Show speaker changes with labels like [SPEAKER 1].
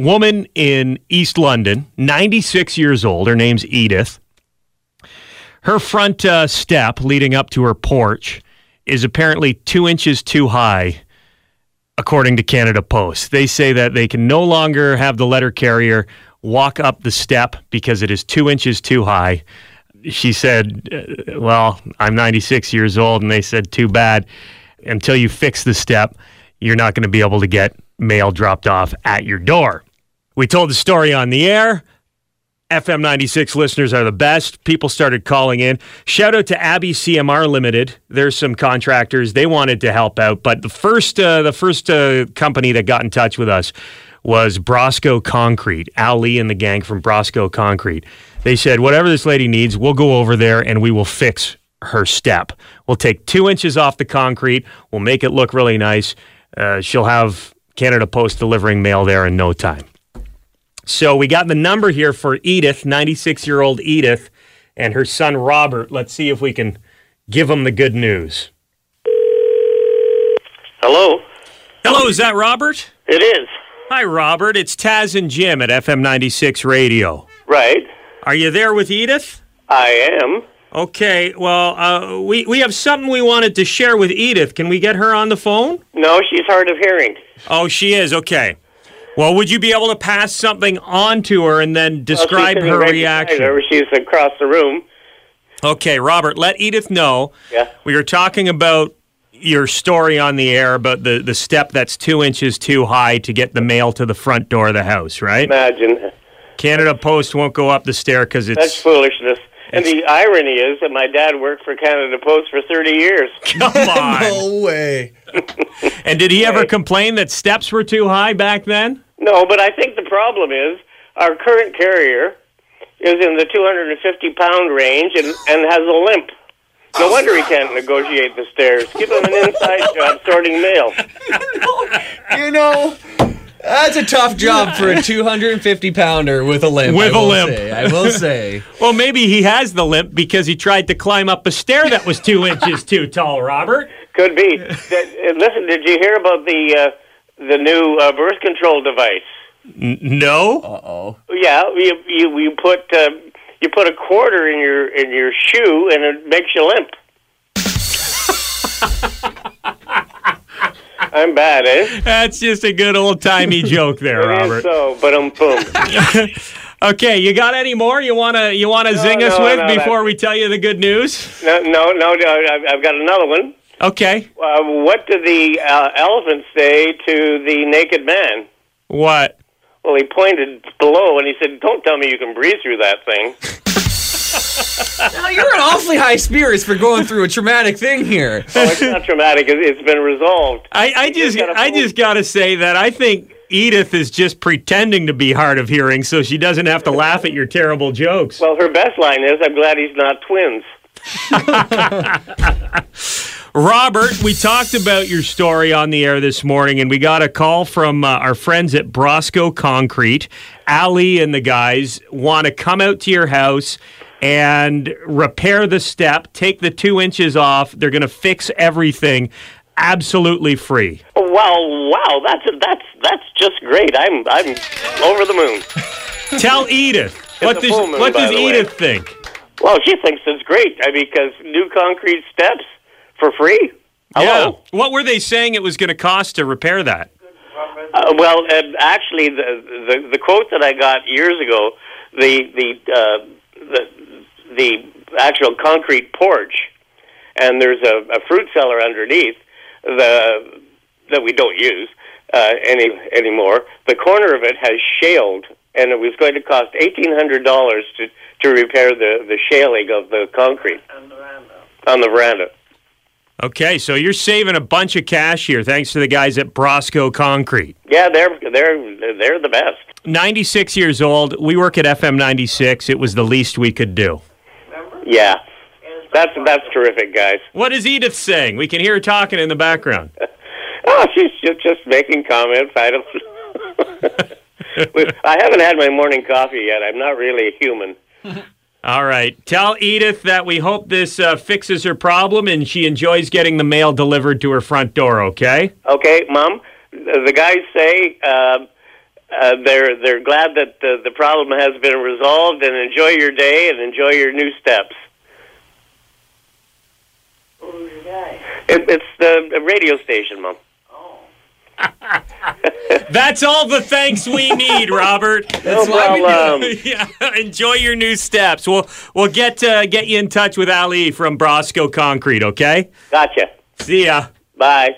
[SPEAKER 1] Woman in East London, 96 years old. Her name's Edith. Her front uh, step leading up to her porch is apparently two inches too high, according to Canada Post. They say that they can no longer have the letter carrier walk up the step because it is two inches too high. She said, uh, Well, I'm 96 years old. And they said, Too bad. Until you fix the step, you're not going to be able to get mail dropped off at your door. We told the story on the air. FM 96 listeners are the best. People started calling in. Shout out to Abbey CMR Limited. There's some contractors. They wanted to help out, but the first uh, the first uh, company that got in touch with us was Brosco Concrete. Ali and the gang from Brosco Concrete. They said, whatever this lady needs, we'll go over there and we will fix her step. We'll take two inches off the concrete. We'll make it look really nice. Uh, she'll have Canada Post delivering mail there in no time. So we got the number here for Edith, 96 year old Edith, and her son Robert. Let's see if we can give them the good news.
[SPEAKER 2] Hello.
[SPEAKER 1] Hello, is that Robert?
[SPEAKER 2] It is.
[SPEAKER 1] Hi, Robert. It's Taz and Jim at FM 96 Radio.
[SPEAKER 2] Right.
[SPEAKER 1] Are you there with Edith?
[SPEAKER 2] I am.
[SPEAKER 1] Okay, well, uh, we, we have something we wanted to share with Edith. Can we get her on the phone?
[SPEAKER 2] No, she's hard of hearing.
[SPEAKER 1] Oh, she is. Okay. Well, would you be able to pass something on to her and then describe
[SPEAKER 2] Well, she couldn't
[SPEAKER 1] her
[SPEAKER 2] recognize
[SPEAKER 1] reaction?
[SPEAKER 2] her. She's across the room.
[SPEAKER 1] Okay, Robert, let Edith know.
[SPEAKER 2] Yeah.
[SPEAKER 1] We were talking about your story on the air about the, the step that's two inches too high to get the mail to the front door of the house, right?
[SPEAKER 2] Imagine.
[SPEAKER 1] Canada Post won't go up the stair because
[SPEAKER 2] That's
[SPEAKER 1] it's.
[SPEAKER 2] foolishness. And the irony is that my dad worked for Canada Post for 30 years.
[SPEAKER 1] Come on.
[SPEAKER 3] No way.
[SPEAKER 1] And did he ever complain that steps were too high back then?
[SPEAKER 2] No, but I think the problem is our current carrier is in the 250 pound range and, and has a limp. No
[SPEAKER 1] Oh,
[SPEAKER 2] wonder he can't negotiate the stairs. Give him an inside job sorting mail.
[SPEAKER 3] You know, that's a tough job for a 250 pounder with a limp.
[SPEAKER 1] With
[SPEAKER 3] I
[SPEAKER 1] a
[SPEAKER 3] will
[SPEAKER 1] limp.
[SPEAKER 3] say, I will say.
[SPEAKER 1] Well, maybe he has the limp because he tried to climb up a stair that was two inches too tall, Robert.
[SPEAKER 2] Could be. That- uh, Listen, did you hear about the uh, the new uh, birth control device?
[SPEAKER 1] No?
[SPEAKER 2] Yeah, you you, you put uh, you put a quarter in your in your shoe and it makes you limp. I'm bad, eh?
[SPEAKER 1] That's just a good old timey joke there,
[SPEAKER 2] It
[SPEAKER 1] Robert.
[SPEAKER 2] is so, but um, boom.
[SPEAKER 1] Okay, you got any more you wanna you wanna zing us
[SPEAKER 2] no,
[SPEAKER 1] with
[SPEAKER 2] no,
[SPEAKER 1] before we tell you the good news?
[SPEAKER 2] No, no, no, no. I've, I've got another one.
[SPEAKER 1] Okay.
[SPEAKER 2] Uh, what did the uh, elephant say to the naked man?
[SPEAKER 1] What?
[SPEAKER 2] Well, he pointed below and he said, "Don't tell me you can breathe through that thing."
[SPEAKER 3] Now, you're in awfully high spirits for going through a traumatic thing here.
[SPEAKER 2] Oh, it's not traumatic. It- It's been resolved.
[SPEAKER 1] I, I just
[SPEAKER 2] gotta
[SPEAKER 1] I
[SPEAKER 2] fool-
[SPEAKER 1] just gotta say that I think Edith is just pretending to be hard of hearing so she doesn't have to laugh at your terrible jokes.
[SPEAKER 2] Well, her best line is, "I'm glad he's not twins."
[SPEAKER 1] Robert, we talked about your story on the air this morning, and we got a call from uh, our friends at Brosco Concrete. Ali and the guys want to come out to your house and repair the step, take the two inches off. They're going to fix everything absolutely free.
[SPEAKER 2] Oh, wow, wow, that's that's that's just great. I'm I'm over the moon.
[SPEAKER 1] Tell Edith. What
[SPEAKER 2] a
[SPEAKER 1] does,
[SPEAKER 2] full moon,
[SPEAKER 1] what
[SPEAKER 2] by
[SPEAKER 1] does
[SPEAKER 2] the way.
[SPEAKER 1] Edith think?
[SPEAKER 2] Well, she thinks it's great I because new concrete steps for free. Hello.
[SPEAKER 1] Yeah. What were they saying it was going to cost to repair that?
[SPEAKER 2] Uh, well, uh, actually, the, the the quote that I got years ago, the the uh, the the actual concrete porch, and there's a, a fruit cellar underneath the that we don't use uh, any anymore. The corner of it has shaled, and it was going to cost eighteen hundred dollars to to repair the the shaling of the concrete on the veranda.
[SPEAKER 1] Okay, so you're saving a bunch of cash here thanks to the guys at Brosco Concrete.
[SPEAKER 2] Yeah, they're they're they're the best.
[SPEAKER 1] 96 years old. We work at FM 96. It was the least we could do.
[SPEAKER 2] Yeah, that's that's terrific, guys.
[SPEAKER 1] What is Edith saying? We can hear her talking in the background.
[SPEAKER 2] Oh, she's just, just making comments. I don't. I haven't had my morning coffee yet. I'm not really a human.
[SPEAKER 1] All right. Tell Edith that we hope this uh, fixes her problem and she enjoys getting the mail delivered to her front door, okay?
[SPEAKER 2] Okay, Mom. The guys say um, uh, they're they're glad that the, the problem has been resolved and enjoy your day and enjoy your new steps.
[SPEAKER 4] Who's the guy?
[SPEAKER 2] It, it's the radio station, Mom.
[SPEAKER 4] Oh.
[SPEAKER 1] That's all the thanks we need, Robert.
[SPEAKER 3] That's
[SPEAKER 2] No
[SPEAKER 3] why we do
[SPEAKER 2] problem.
[SPEAKER 1] yeah, enjoy your new steps. We'll we'll get uh, get you in touch with Ali from Brosco Concrete. Okay.
[SPEAKER 2] Gotcha.
[SPEAKER 1] See ya.
[SPEAKER 2] Bye.